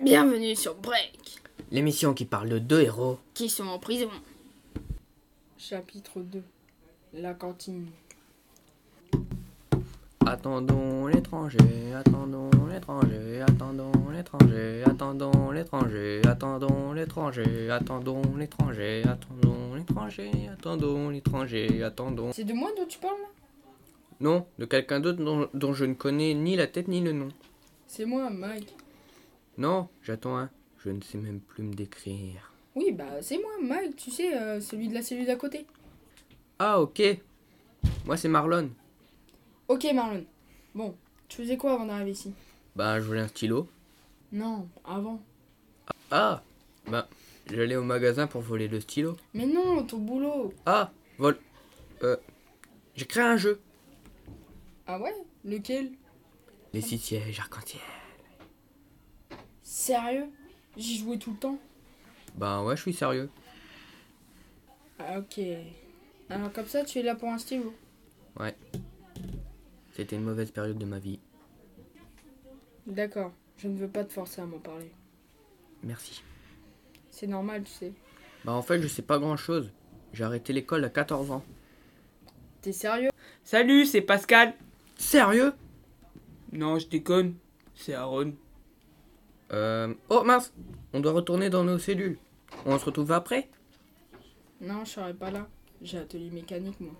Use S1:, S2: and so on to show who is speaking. S1: Bienvenue sur Break,
S2: L'émission qui parle de deux héros.
S1: qui sont en prison.
S3: Chapitre 2 La cantine.
S2: Attendons l'étranger, attendons l'étranger, attendons l'étranger, attendons l'étranger, attendons l'étranger, attendons l'étranger, attendons l'étranger, attendons l'étranger, attendons.
S3: C'est de moi dont tu parles là
S2: Non, de quelqu'un d'autre dont, dont je ne connais ni la tête ni le nom.
S3: C'est moi, Mike.
S2: Non, j'attends un. Je ne sais même plus me décrire.
S3: Oui, bah c'est moi, Mike, tu sais, euh, celui de la cellule d'à côté.
S2: Ah, ok. Moi, c'est Marlon.
S3: Ok, Marlon. Bon, tu faisais quoi avant d'arriver ici
S2: Ben, je voulais un stylo.
S3: Non, avant.
S2: Ah Ben, j'allais au magasin pour voler le stylo.
S3: Mais non, ton boulot.
S2: Ah, vol. Euh, j'ai créé un jeu.
S3: Ah ouais Lequel
S2: Les six sièges arc-en-ciel.
S3: Sérieux J'y jouais tout le temps.
S2: Bah ouais, je suis sérieux.
S3: Ah ok. Alors comme ça, tu es là pour un stylo.
S2: C'était une mauvaise période de ma vie.
S3: D'accord, je ne veux pas te forcer à m'en parler.
S2: Merci.
S3: C'est normal, tu sais.
S2: Bah en fait, je sais pas grand-chose. J'ai arrêté l'école à 14 ans.
S3: T'es sérieux
S4: Salut, c'est Pascal.
S2: Sérieux
S4: Non, je déconne. C'est Aaron.
S2: Euh... Oh mince On doit retourner dans nos cellules. On se retrouve après
S3: Non, je serai pas là. J'ai atelier mécanique, moi.